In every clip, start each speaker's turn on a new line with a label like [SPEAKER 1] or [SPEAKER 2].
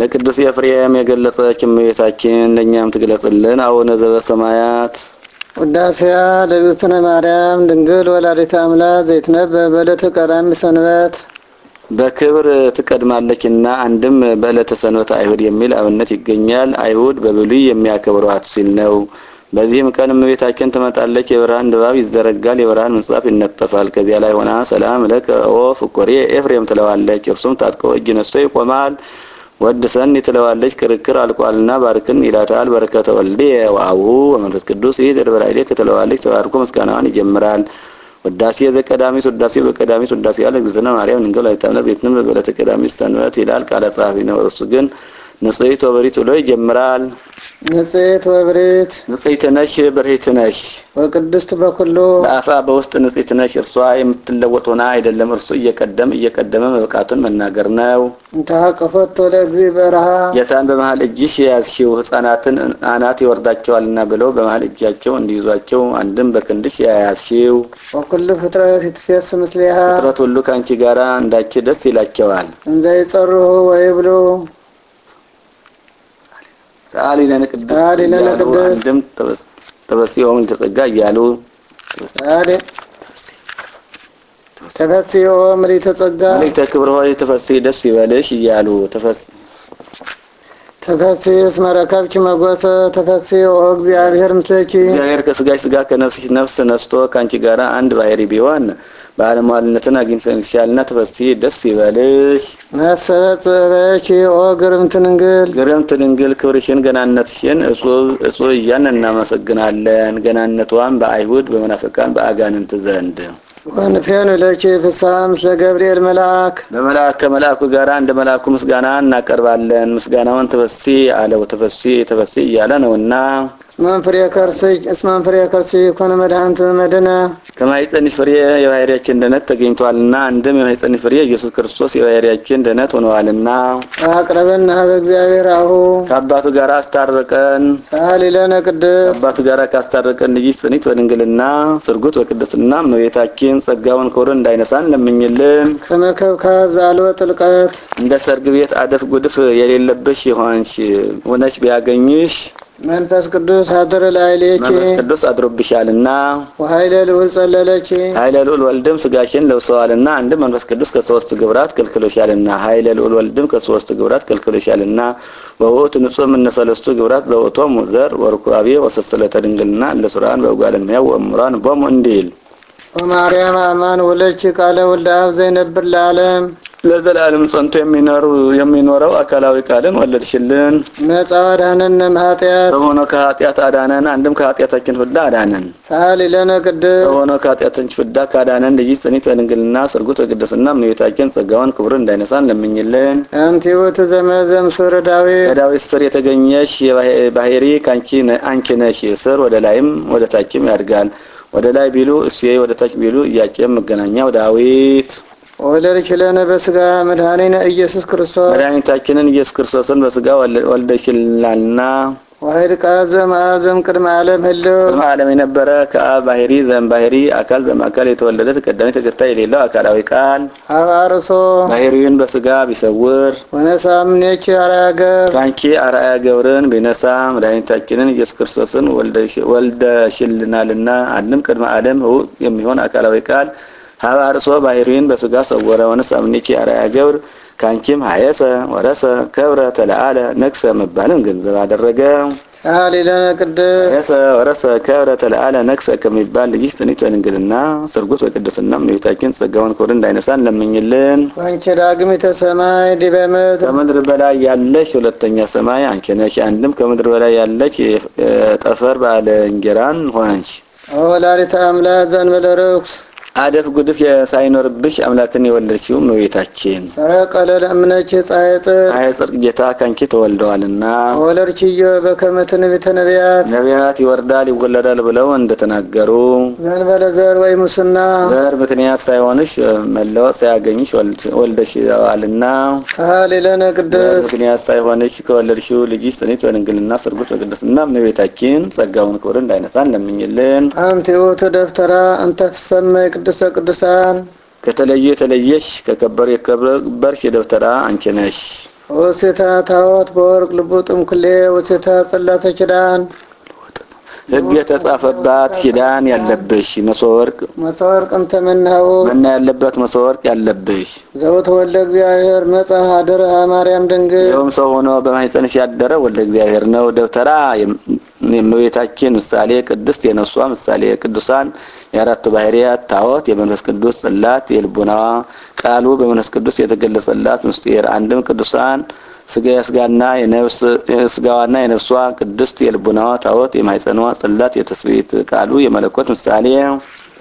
[SPEAKER 1] ለቅዱስ ኤፍሬም የገለጸች እመቤታችን ለእኛም ትግለጽልን። አቡነ ዘበሰማያት
[SPEAKER 2] ውዳሴያ ለእግዝእትነ ማርያም ድንግል ወላዲተ አምላክ ዘይትነበብ በዕለተ ቀዳሚ ሰንበት
[SPEAKER 1] በክብር ትቀድማለችና አንድም በዕለተ ሰንበት አይሁድ የሚል አብነት ይገኛል። አይሁድ በብሉይ የሚያከብሯት ሲል ነው። በዚህም ቀን እመቤታችን ትመጣለች። የብርሃን ድባብ ይዘረጋል፣ የብርሃን ምንጻፍ ይነጠፋል። ከዚያ ላይ ሆና ሰላም ለከ ኦ ፍቁሬ ኤፍሬም ትለዋለች። እርሱም ታጥቆ እጅ ነስቶ ይቆማል። ወድሰኒ ትለዋለች። ክርክር አልቋልና ባርክን ይላታል። በረከተ ወልዴ ወአቡሁ ወመንፈስ ቅዱስ ይህ ደልበላይሌ ትለዋለች። ተባርኮ ምስጋናዋን ይጀምራል። ውዳሴ ዘቀዳሚት ውዳሴ በቀዳሚት ውዳሴ ያለ እግዝእትነ ማርያም ድንግል ወላዲተ አምላክ ዘይትነበብ በዕለተ ቀዳሚት ሰንበት ይላል ቃለ ጸሐፊ ነው። እርሱ ግን ንጽሕት ወበሪት ብሎ ይጀምራል።
[SPEAKER 2] ንጽሕት ወብሬት
[SPEAKER 1] ንጽሕት ነሽ በርሂት ነሽ
[SPEAKER 2] ወቅድስት በኩሉ
[SPEAKER 1] ለአፋ በውስጥ ንጽሕት ነሽ። እርሷ የምትለወጥ ሆና አይደለም። እርሱ እየቀደም እየቀደመ መብቃቱን መናገር ነው።
[SPEAKER 2] እንተሃቀፈቶ ለእግዚእ በረሃ
[SPEAKER 1] ጌታን በመሀል እጅሽ የያዝሽው ሕፃናትን አናት ይወርዳቸዋልና ብለው በመሀል እጃቸው እንዲይዟቸው አንድም በክንድሽ የያዝሽው
[SPEAKER 2] ወኩሉ ፍጥረት ይትፌስ ምስሌሃ
[SPEAKER 1] ፍጥረት ሁሉ ከአንቺ ጋራ እንዳንቺ ደስ ይላቸዋል።
[SPEAKER 2] እንዘይጸርሁ ወይብሉ
[SPEAKER 1] ሰአሊ ለነ ቅድስት
[SPEAKER 2] ሰአሊ ለነ
[SPEAKER 1] እያሉ
[SPEAKER 2] ቅድስት
[SPEAKER 1] አንድም ተበስ- ተበስቲሆሙ ልተጸጋ እያሉ ተበስ-
[SPEAKER 2] ሳሌ ተፈስዮ ምልዕተ ጸጋ
[SPEAKER 1] መልእክተ ክብር ሆይ ተፈስሒ ደስ ይበልሽ እያሉ ተፈስ
[SPEAKER 2] ተፈስሒ እስመ ረከብኪ መጎሰ ተፈስዮ እግዚአብሔር ምስለኪ
[SPEAKER 1] እግዚአብሔር ከስጋሽ ስጋ ከነፍስሽ ነፍስ ነስቶ ከአንቺ ጋር አንድ ባህሪ ቢሆን ባለሟልነትን አግኝተሻልና ተፈስሒ ደስ ይበልሽ።
[SPEAKER 2] መሰበ ጽሕፈኪ ኦ ግርምት ድንግል
[SPEAKER 1] ግርምት ድንግል ክብርሽን ገናነትሽን እጹብ እጹብ እያን እናመሰግናለን። ገናነቷን በአይሁድ በመናፍቃን በአጋንንት ዘንድ
[SPEAKER 2] ወንፌኑ ለኪ ፍስሐ ምስለ ገብርኤል መልአክ
[SPEAKER 1] በመልአክ ከመልአኩ ጋር እንደ መልአኩ ምስጋና እናቀርባለን። ምስጋናውን ተፈሲ አለው ተፈሲ ተፈሲ እያለ ነውና
[SPEAKER 2] መንፍሬ ከርሲ እስመንፍሬ ከርሲ ኮነ መድኃኒት መድነ
[SPEAKER 1] ከማኅፀንሽ ፍሬ የባሕርያችን ድኅነት ተገኝቷልና አንድም የማኅፀንሽ ፍሬ ኢየሱስ ክርስቶስ የባሕርያችን ድኅነት ሆነዋልና
[SPEAKER 2] አቅረበና በእግዚአብሔር አሁ
[SPEAKER 1] ከአባቱ ጋር አስታረቀን።
[SPEAKER 2] ሰአሊ ለነ ቅድስት
[SPEAKER 1] ከአባቱ ጋር ካስታረቀን ልጅሽ ጽኒት በድንግልና ስርጉት በቅድስና እመቤታችን ጸጋውን ክብሩን እንዳይነሳን ለምኝልን።
[SPEAKER 2] ከመ ከብካብ ዘአልወ ጥልቀት
[SPEAKER 1] እንደ ሰርግ ቤት አደፍ ጉድፍ የሌለብሽ ሆንሽ ሆነች ቢያገኝሽ
[SPEAKER 2] መንፈስ ቅዱስ አድረ ላዕሌኪ
[SPEAKER 1] መንፈስ ቅዱስ አድሮብሻልና
[SPEAKER 2] ወኃይለ ልዑል ጸለለኪ
[SPEAKER 1] ኃይለ ልዑል ወልድም ስጋሽን ለብሰዋልና አንድም መንፈስ ቅዱስ ከሶስቱ ግብራት ከልክሎሻልና ኃይለ ልዑል ወልድም ከሶስቱ ግብራት ከልክሎሻልና ወውእቱ ንጹሕ እምነ ሰለስቱ ግብራት ዘውእቶሙ ዘር ወርኩባቤ ወሰስለተ ድንግልና ለሱራን በጓለ እመሕያው ወእሙራን ቦሙ እንዲል
[SPEAKER 2] ወማርያም አማን ወለኪ ቃለ ወልደ አብ ዘይነብር ለዓለም
[SPEAKER 1] ለዘላለም ጸንቶ የሚኖር የሚኖረው አካላዊ ቃልን ወለድሽልን።
[SPEAKER 2] መጻ ወዳህነነ እምኃጢአት
[SPEAKER 1] ሰው ሆኖ ከኃጢአት አዳነን። አንድም ከኃጢአታችን ፍዳ አዳነን።
[SPEAKER 2] ሰአሊ ለነ ቅድስት
[SPEAKER 1] ሰው ሆኖ ከኃጢአታችን ፍዳ ካዳነን ልጅሽ ጽኒት በድንግልና ስርጉት በቅድስና እመቤታችን ጸጋዋን ክብሩን እንዳይነሳን ለምኝልን።
[SPEAKER 2] አንቲ ውእቱ ዘመዘ ምስለ ዳዊት
[SPEAKER 1] ከዳዊት ስር የተገኘሽ የባህሪ ከአንቺ ነ- አንቺ ነሽ። ስር ወደ ላይም ወደ ታችም ያድጋል። ወደ ላይ ቢሉ እሱዬ፣ ወደ ታች ቢሉ እያቄም መገናኛው ዳዊት
[SPEAKER 2] ወለድኪ ለነ በስጋ መድኃኒነ ኢየሱስ ክርስቶስ
[SPEAKER 1] መድኃኒታችንን ኢየሱስ ክርስቶስን በስጋ ወለ- ወልደሽላልና
[SPEAKER 2] ወኃይል ቃል ዘመአዘም ቅድመ ዓለም ህልው
[SPEAKER 1] ቅድመ ዓለም የነበረ ከአብ ባህሪ ዘም ባህሪ አካል ዘም አካል የተወለደ ተቀዳሚ ተከታይ የሌለው አካላዊ ቃል
[SPEAKER 2] አብ አርሶ
[SPEAKER 1] ባህሪውን በስጋ ቢሰውር
[SPEAKER 2] ወነሳ እምኔኪ አርያገብ
[SPEAKER 1] ከአንቺ አርአያ ገብርን ቢነሳ መድኃኒታችንን ኢየሱስ ክርስቶስን ወልደሽልናልና አንድም ቅድመ ዓለም ህውእ የሚሆን አካላዊ ቃል ሀበ አርሶ ባህሪን በስጋ ሰወረ። ወነሳ እምኔኪ አርአያ ገብር ከአንቺም ሀየሰ ወረሰ ከብረ ተለአለ ነግሰ መባልን ገንዘብ አደረገ።
[SPEAKER 2] ሰአሊ ለነ ቅድስት
[SPEAKER 1] ሀየሰ ወረሰ ከብረ ተለአለ ነግሰ ከሚባል ልጅሽ ጽኒት በድንግልና ስርጉት በቅድስና እመቤታችን ጸጋውን ክብር እንዳይነሳን ለምኝልን።
[SPEAKER 2] ወንቺ ዳግሚተ ሰማይ ዲበ ምድር
[SPEAKER 1] ከምድር በላይ ያለች ሁለተኛ ሰማይ አንቺ ነሽ። አንድም ከምድር በላይ ያለች የ- ጠፈር ባለ እንጀራን ሆንሽ።
[SPEAKER 2] ወላዲተ አምላክ ዘእንበለ ርኩስ
[SPEAKER 1] አደፍ ጉድፍ ሳይኖርብሽ አምላክን የወለድሽው እመቤታችን
[SPEAKER 2] ሰረቀለ ለእምነኪ ፀሐይ ጽድቅ
[SPEAKER 1] ፀሐይ ጽድቅ ጌታ ከአንቺ ተወልደዋልና
[SPEAKER 2] ወለድኪዮ በከመ ትንቢተ ነቢያት
[SPEAKER 1] ነቢያት ይወርዳል ይወለዳል ብለው እንደተናገሩ
[SPEAKER 2] ዘእንበለ ዘር ወይ ሙስና
[SPEAKER 1] ዘር ምክንያት ሳይሆንሽ መለወጥ ሳያገኝሽ ወልድ- ወልደሽዋልና
[SPEAKER 2] ሰአሊ ለነ
[SPEAKER 1] ዘር
[SPEAKER 2] ቅድስት
[SPEAKER 1] ምክንያት ሳይሆንሽ ከወለድሽው ልጅሽ ጽኒት በድንግልና ስርጉት በቅድስና እመቤታችን ጸጋውን ክብር እንዳይነሳን ለምኝልን።
[SPEAKER 2] አንቲ ውእቱ ደብተራ እንተ ትሰመይ ቅድስተ ቅዱሳን
[SPEAKER 1] ከተለዩ የተለየሽ ከከበሩ የከበርሽ የደብተራ አንቺ ነሽ።
[SPEAKER 2] ወሴታ ታወት በወርቅ ልቡ ጥምክሌ ወሴታ ጽላተ ኪዳን
[SPEAKER 1] ሕግ የተጻፈባት ኪዳን ያለብሽ መሶበ ወርቅ
[SPEAKER 2] መሰወርቅ እንተምናው
[SPEAKER 1] መና ያለበት መሶበ ወርቅ ያለብሽ
[SPEAKER 2] ዘውት ወለ እግዚአብሔር መጽሐ ድርሃ ማርያም ድንግል
[SPEAKER 1] ይኸውም ሰው ሆኖ በማኅፀንሽ ያደረ ወልደ እግዚአብሔር ነው። ደብተራ የም- የእመቤታችን ምሳሌ፣ ቅድስት የነፍሷ ምሳሌ፣ ቅዱሳን የአራቱ ባህርያት ታወት፣ የመንፈስ ቅዱስ ጽላት፣ የልቡናዋ ቃሉ በመንፈስ ቅዱስ የተገለጸላት ምስጢር አንድም ቅዱሳን ስጋ የስጋና የነፍስ የስጋዋና የነፍሷ ቅድስት የልቡናዋ ታወት፣ የማኅፀኗ ጽላት፣ የተስቤት ቃሉ የመለኮት ምሳሌ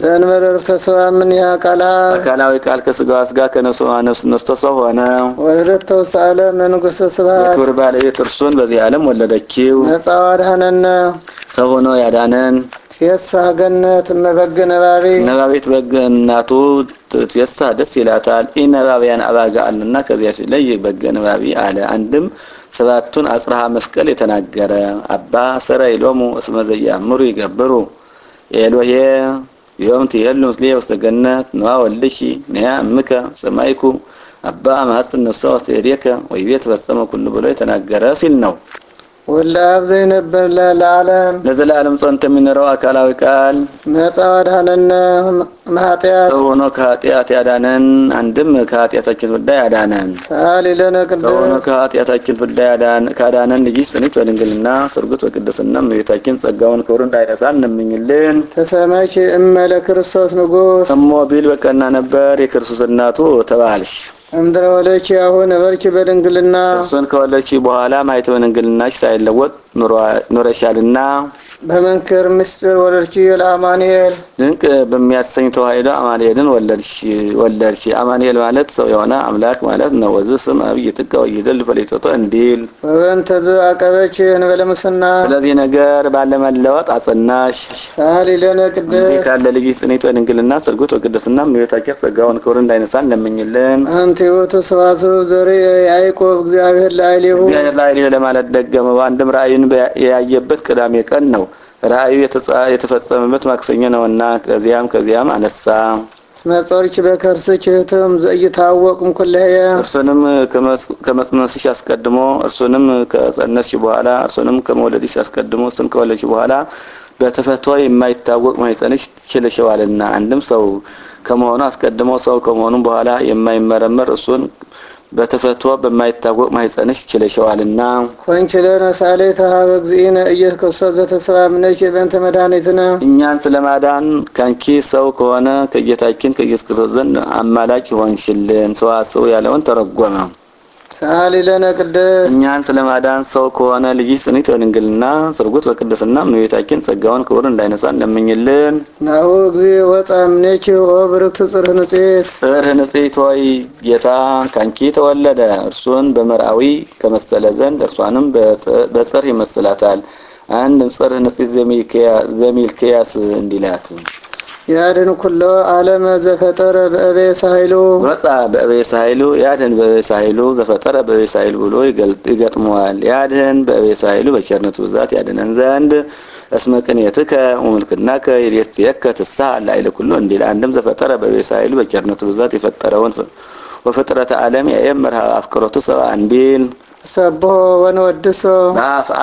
[SPEAKER 2] ዘእንበለ ዕረፍተ ስጋ እምኔሃ ቃላ
[SPEAKER 1] አካላዊ ቃል ከስጋዋ ስጋ ከነፍሷ ነፍስ ነስቶ ሰው ሆነ።
[SPEAKER 2] ወለደት ተውሳለ መንግሥተ ስብሐት
[SPEAKER 1] የክብር ባለቤት እርሱን በዚህ ዓለም ወለደችው።
[SPEAKER 2] ነፃ ዋድሃነነ
[SPEAKER 1] ሰው ሆኖ ያዳነን
[SPEAKER 2] ትፌሳህ ገነት እመበግ ነባቤ
[SPEAKER 1] እነባቤት በግ እናቱ ትፌሳህ ደስ ይላታል። ኢነባቢያን አባጋ አለና ከዚያች ላይ በግ ነባቢ አለ። አንድም ሰባቱን አጽርሃ መስቀል የተናገረ አባ ሰረ ኢሎሙ እስመ ዘያእምሩ ይገብሩ ኤሎሄ ዮም ትየሉ ምስሌ ውስተ ገነት ንዋ ወልድኪ ንያ እምከ ሰማይኩ አባ ማጽን ነፍሰ ውስተ እዴከ ወይቤት ፈጸመ ኩሉ ብሎ የተናገረ ሲል ነው።
[SPEAKER 2] ወልደ አብ ዘይነበር ለዓለም
[SPEAKER 1] ለዘላለም ጸንቶ የሚኖረው አካላዊ ቃል
[SPEAKER 2] ነፃ ዋድሃነነ ማኃጢአት
[SPEAKER 1] ሰው ሆኖ ከኃጢአት ያዳነን አንድም ከኃጢአታችን ፍዳ ያዳነን
[SPEAKER 2] ሰአሊ ለነ
[SPEAKER 1] ሰው ሆኖ
[SPEAKER 2] ቅድስት
[SPEAKER 1] ከኃጢአታችን ፍዳ ያዳን- ካዳነን ልጅ ጽንት በድንግልና ስርጉት በቅድስና እመቤታችን ጸጋውን ክብሩ እንዳይረሳን እንምኝልን።
[SPEAKER 2] ተሰማኪ እመ ለክርስቶስ ንጉሥ
[SPEAKER 1] እሞ ቢል በቀና ነበር የክርስቶስ እናቱ ተባልሽ።
[SPEAKER 2] እምድረ ወለኪ አሁን በርኪ በድንግልና
[SPEAKER 1] እርሱን ከወለድሽ በኋላ ማየት በድንግልናሽ ሳይለወጥ ኑሯ- ኖረሻልና
[SPEAKER 2] በመንክር ምስጢር ወለድኪ ለአማኑኤል
[SPEAKER 1] ድንቅ በሚያሰኝ ተዋሕዶ አማኑኤልን ወለድሽ ወለድሽ። አማኑኤል ማለት ሰው የሆነ አምላክ ማለት ነው። ወዝ ስም አብይ ጥቀ ወይደል ፈሊጦቶ እንዲል
[SPEAKER 2] ወበእንተ ዝ አቀበኪ እንበለ ሙስና
[SPEAKER 1] ስለዚህ ነገር ባለመለወጥ አጸናሽ።
[SPEAKER 2] ሰአሊ ለነ
[SPEAKER 1] እንዲህ
[SPEAKER 2] ቅድስት
[SPEAKER 1] ካለ ልጅ ጽኔት በድንግልና ስርጉት በቅድስና እመቤታችን ጸጋውን ክብር እንዳይነሳን እንመኝልን።
[SPEAKER 2] አንቲ ውእቱ ሰዋስው ዘርእ ያዕቆብ እግዚአብሔር ላዕሌሁ
[SPEAKER 1] እግዚአብሔር ላይ ሊሆ ለማለት ደገመው። አንድም ራእዩን በ- ያየበት ቅዳሜ ቀን ነው። ራእዩ የተጻ- የተፈጸመበት ማክሰኞ ነውና ከዚያም ከዚያም አነሳ።
[SPEAKER 2] እስመ ጾርኪ በከርስኪ ህትም ዘኢይታወቅ እምኩልህየ
[SPEAKER 1] እርሱንም ከመጽ- ከመጽነስሽ አስቀድሞ እርሱንም ከጸነስሽ በኋላ እርሱንም ከመውለድሽ አስቀድሞ እሱን ከወለድሽ በኋላ በተፈቶ የማይታወቅ ማኅፀንሽ ችለሽዋልና አንድም ሰው ከመሆኑ አስቀድሞ ሰው ከመሆኑ በኋላ የማይመረመር እሱን በተፈቶ በማይታወቅ ማኅፀንሽ ችለሽዋልና
[SPEAKER 2] ኮንኪ ለነ ሳሌተ ኀበ እግዚእነ ኢየሱስ ክርስቶስ ዘተሰብአ እምኔኪ በእንተ መድኃኒትነ
[SPEAKER 1] እኛን ስለማዳን ከአንቺ ሰው ከሆነ ከጌታችን ከኢየሱስ ክርስቶስ ዘንድ አማላጭ ሆንሽልን። ሰዋስው ያለውን ተረጎመ።
[SPEAKER 2] ሰአሊ ለነ ቅድስት
[SPEAKER 1] እኛን ስለማዳን ሰው ከሆነ ልጅ ጽኒት በድንግልና ስርጉት በቅድስና እመቤታችን ጸጋውን ክብር እንዳይነሳ እንደምኝልን።
[SPEAKER 2] ናሁ እግዚእ ወፀ እምኔኪ ወብርክት ጽርህ ንጽሕት
[SPEAKER 1] ጽርህ ንጽሕት ሆይ ጌታ ካንቺ ተወለደ። እርሱን በመርአዊ ከመሰለ ዘንድ እርሷንም በጽ- በጽርህ ይመስላታል። አንድም ጽርህ ንጽሕት ዘሚልክያ- ዘሚልክያስ እንዲላት
[SPEAKER 2] ያድን ኩሎ ዓለመ ዘፈጠረ በእበ ሳይሉ
[SPEAKER 1] ወፃ በእቤስ ኃይሉ ያድህን በእቤስ ኃይሉ ዘፈጠረ በእቤስ ኃይሉ ብሎ ይገል- ይገጥመዋል። ያድህን በእቤስ ኃይሉ በቸርነቱ ብዛት ያድነን ዘንድ እስመ ቅኔትከ ወምልክናከ ይሬትየከ ትስሐ ላዕለ ኩሉ እንዲል አንድም ዘፈጠረ በእቤስ ኃይሉ በቸርነቱ ብዛት የፈጠረውን ፍ- ወፍጥረተ ዓለም ያየም መርሃ አፍቅሮቱ ሰብአ እንዲል
[SPEAKER 2] ሰብሖ ወንወድሶ
[SPEAKER 1] በአፍአ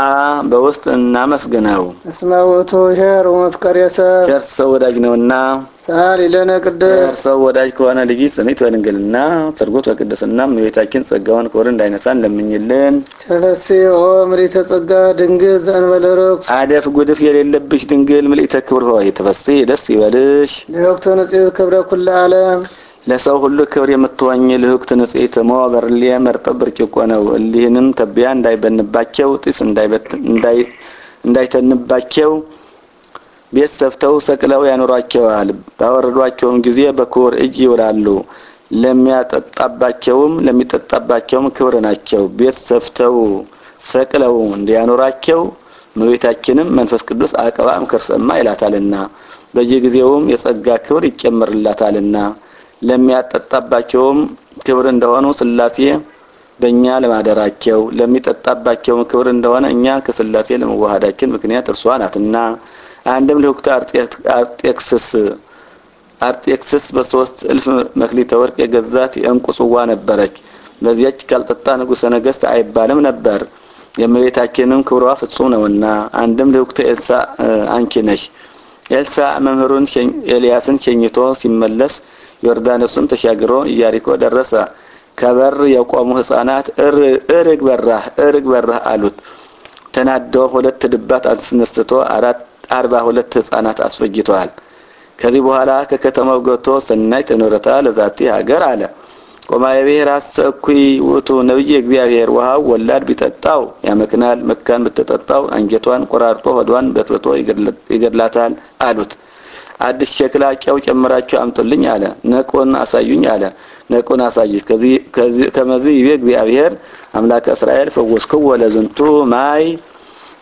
[SPEAKER 1] በውስጥ እናመስግነው
[SPEAKER 2] እስመ ውእቱ ኄር ወመፍቀሬ ሰብ
[SPEAKER 1] ቸር ሰው ወዳጅ ነውና
[SPEAKER 2] ሰአሊ ለነ ቅድስት
[SPEAKER 1] ሰው ወዳጅ ከሆነ ልጅ ጽኒት በድንግልና ሰርጎት በቅድስና እመቤታችን ጸጋውን ክብር እንዳይነሳን ለምኝልን።
[SPEAKER 2] ተፈሲ ኦ ምልዕተ ጸጋ ድንግል ዘእንበለ ርኵስ
[SPEAKER 1] አደፍ ጉድፍ የሌለብሽ ድንግል ምልዕተ ክብር ሆይ ተፈሥሒ ደስ ይበልሽ።
[SPEAKER 2] ለወቅቱ ንጽሕት ክብረ ኩለ ዓለም
[SPEAKER 1] ለሰው ሁሉ ክብር የምትሆኝ ልህቅት ንጽሕት እሞ በርሌ መርጠብ ብርጭቆ ነው። እሊህንም ተቢያ እንዳይበንባቸው ጢስ እንዳይበት- እንዳይ- እንዳይተንባቸው ቤት ሰፍተው ሰቅለው ያኖሯቸዋል። ባወረዷቸውም ጊዜ በኩር እጅ ይውላሉ። ለሚያጠጣባቸውም ለሚጠጣባቸውም ክብር ናቸው። ቤት ሰፍተው ሰቅለው እንዲያኖራቸው እመቤታችንም መንፈስ ቅዱስ አቅባ እምክርሰማ ይላታልና በየጊዜውም የጸጋ ክብር ይጨምርላታልና ለሚያጠጣባቸውም ክብር እንደሆኑ ሥላሴ በእኛ ለማደራቸው ለሚጠጣባቸውም ክብር እንደሆነ እኛ ከሥላሴ ለመዋሃዳችን ምክንያት እርሷ ናትና። አንድም ልሁክተ አርጤክ- አርጤክስስ አርጤክስስ በሶስት እልፍ መክሊተ ወርቅ የገዛት የእንቁ ጽዋ ነበረች። በዚያች ካልጠጣ ንጉሠ ነገሥት አይባልም ነበር። የእመቤታችንም ክብሯ ፍጹም ነውና። አንድም ልውክተ ኤልሳ አንቺ ነሽ። ኤልሳ መምህሩን ኤልያስን ሸኝቶ ሲመለስ ዮርዳኖስን ተሻግሮ ኢያሪኮ ደረሰ። ከበር የቆሙ ሕፃናት እርግ በራህ እርግ በራህ አሉት። ተናዶ ሁለት ድባት አስነስቶ አራት አርባ ሁለት ሕፃናት አስፈጅተዋል። ከዚህ በኋላ ከከተማው ገብቶ ሰናይ ተኖረታ ለዛቲ ሀገር አለ ቆማ የብሔር አስተኩይ ውእቱ ነቢይ እግዚአብሔር ውሃው ወላድ ቢጠጣው ያመክናል፣ መካን ብትጠጣው አንጀቷን ቆራርጦ ሆዷን በጥብጦ ይገድላታል አሉት። አዲስ ሸክላ ጨው ጨምራችሁ አምጡልኝ አለ። ነቁን አሳዩኝ አለ። ነቁን አሳዩት። ከመዚህ ይቤ እግዚአብሔር አምላከ እስራኤል ፈወስክዎ ለዝንቱ ማይ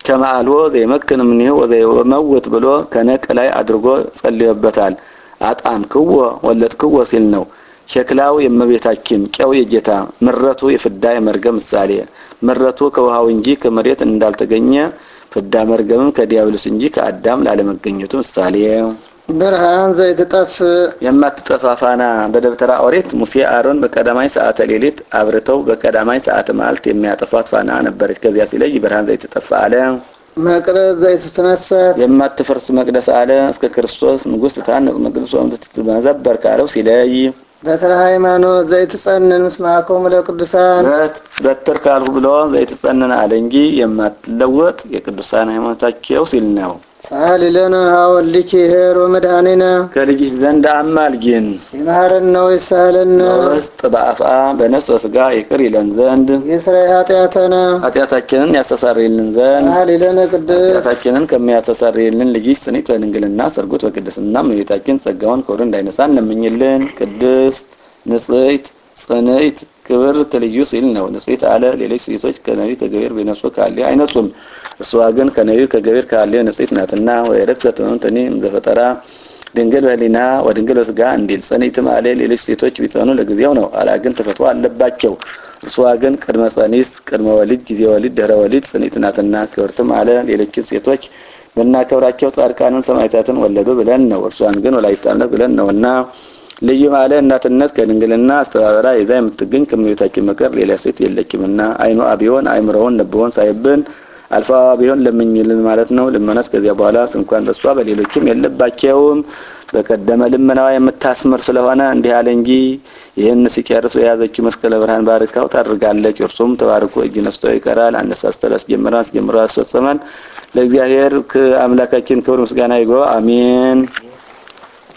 [SPEAKER 1] ከማአልዎ ዘይመክን እምኔሁ ወዘይመውት ብሎ ከነቅ ላይ አድርጎ ጸልዮበታል። አጣምክዎ ወለድክዎ ሲል ነው። ሸክላው የእመቤታችን ጨው የጌታ ምረቱ የፍዳ የመርገም ምሳሌ ምረቱ ከውሃው እንጂ ከመሬት እንዳልተገኘ ፍዳ መርገምም ከዲያብሎስ እንጂ ከአዳም ላለመገኘቱ ምሳሌ
[SPEAKER 2] ብርሃን ዘይትጠፍ
[SPEAKER 1] የማትጠፋፋና በደብተራ ኦሪት ሙሴ አሮን በቀዳማይ ሰዓተ ሌሊት አብርተው በቀዳማይ ሰዓተ መዓልት የሚያጠፏት ፋና ነበረች። ከዚያ ሲለይ ብርሃን ዘይትጠፋ አለ።
[SPEAKER 2] መቅረዝ ዘይትትነሰት
[SPEAKER 1] የማትፈርስ መቅደስ አለ። እስከ ክርስቶስ ንጉሥ ትታነጽ መቅደሶም ትትመዘበር ካለው ሲለይ
[SPEAKER 2] በትረ ሃይማኖት ዘይትጸንን ምስማኮሙ ለቅዱሳን
[SPEAKER 1] በትር ካልሁ ብሎ ዘይትጸንን አለ እንጂ የማትለወጥ የቅዱሳን ሃይማኖታቸው ሲል ነው።
[SPEAKER 2] ሳሊ ለነ ሀወልኪ ሄሮ መድኃኒነ
[SPEAKER 1] ከልጅሽ ዘንድ አማልጅን
[SPEAKER 2] ይማረን ነው ይሳለነ
[SPEAKER 1] ውስጥ በአፍአ በነፍስ ወስጋ ይቅር ይለን ዘንድ
[SPEAKER 2] ይስረይ ኃጢአተነ
[SPEAKER 1] ኃጢአታችንን ያስተሰርይልን ዘንድ
[SPEAKER 2] ሳሊ ለነ ቅዱስ
[SPEAKER 1] ኃጢአታችንን ከሚያስተሰርይልን ልጅሽ ጽንዕት በድንግልና ሰርጉት በቅድስና እመቤታችን ጸጋውን ክብሩ እንዳይነሳን እንመኝልን። ቅድስት ንጽሕት ጽንዕት ክብርት ልዩ ሲል ነው። ንጽሕት አለ። ሌሎች ሴቶች ከነቢብ ከገቢር ቢነጹ ከሐልዮ አይነጹም። እርስዋ ግን ከነቢብ ከገቢር ከሐልዮ ንጽሕት ናትና። ወይረክሰት እምእምትኒ እምዘፈጠራ ድንግል በሕሊና ወድንግል በሥጋ እንዲል ጽንዕትም አለ። ሌሎች ሴቶች ቢጸኑ ለጊዜው ነው፣ አላ ግን ተፈጥሮ አለባቸው። እርስዋ ግን ቅድመ ጸኒስ ቅድመ ወሊድ፣ ጊዜ ወሊድ፣ ድህረ ወሊድ ጽንዕት ናትና። ክብርትም አለ። ሌሎችን ሴቶች ብናከብራቸው ጻድቃንን ሰማዕታትን ወለዱ ብለን ነው። እርሷን ግን ወላዲተ አምላክ ብለን ነውና ልዩ ማለ እናትነት ከድንግልና አስተባበራ ይዛ የምትገኝ ከእመቤታችን በቀር ሌላ ሴት የለችምና አይኑ አብዮን አይምሮውን ልብውን ሳይብን አልፋ ቢሆን ለምኝልን ማለት ነው። ልመናስ ከዚያ በኋላ እንኳን በሷ በሌሎችም የለባቸውም። በቀደመ ልመናዋ የምታስምር ስለሆነ እንዲህ አለ እንጂ ይህን ሲጨርስ የያዘችው መስቀለ ብርሃን ባርካው ታድርጋለች። እርሱም ተባርኮ እጅ ነስቶ ይቀራል። አነሳስቶ ላስጀመረን አስጀምሮ አስፈጸመን። ለእግዚአብሔር ከአምላካችን ክብር ምስጋና ይግባው። አሜን።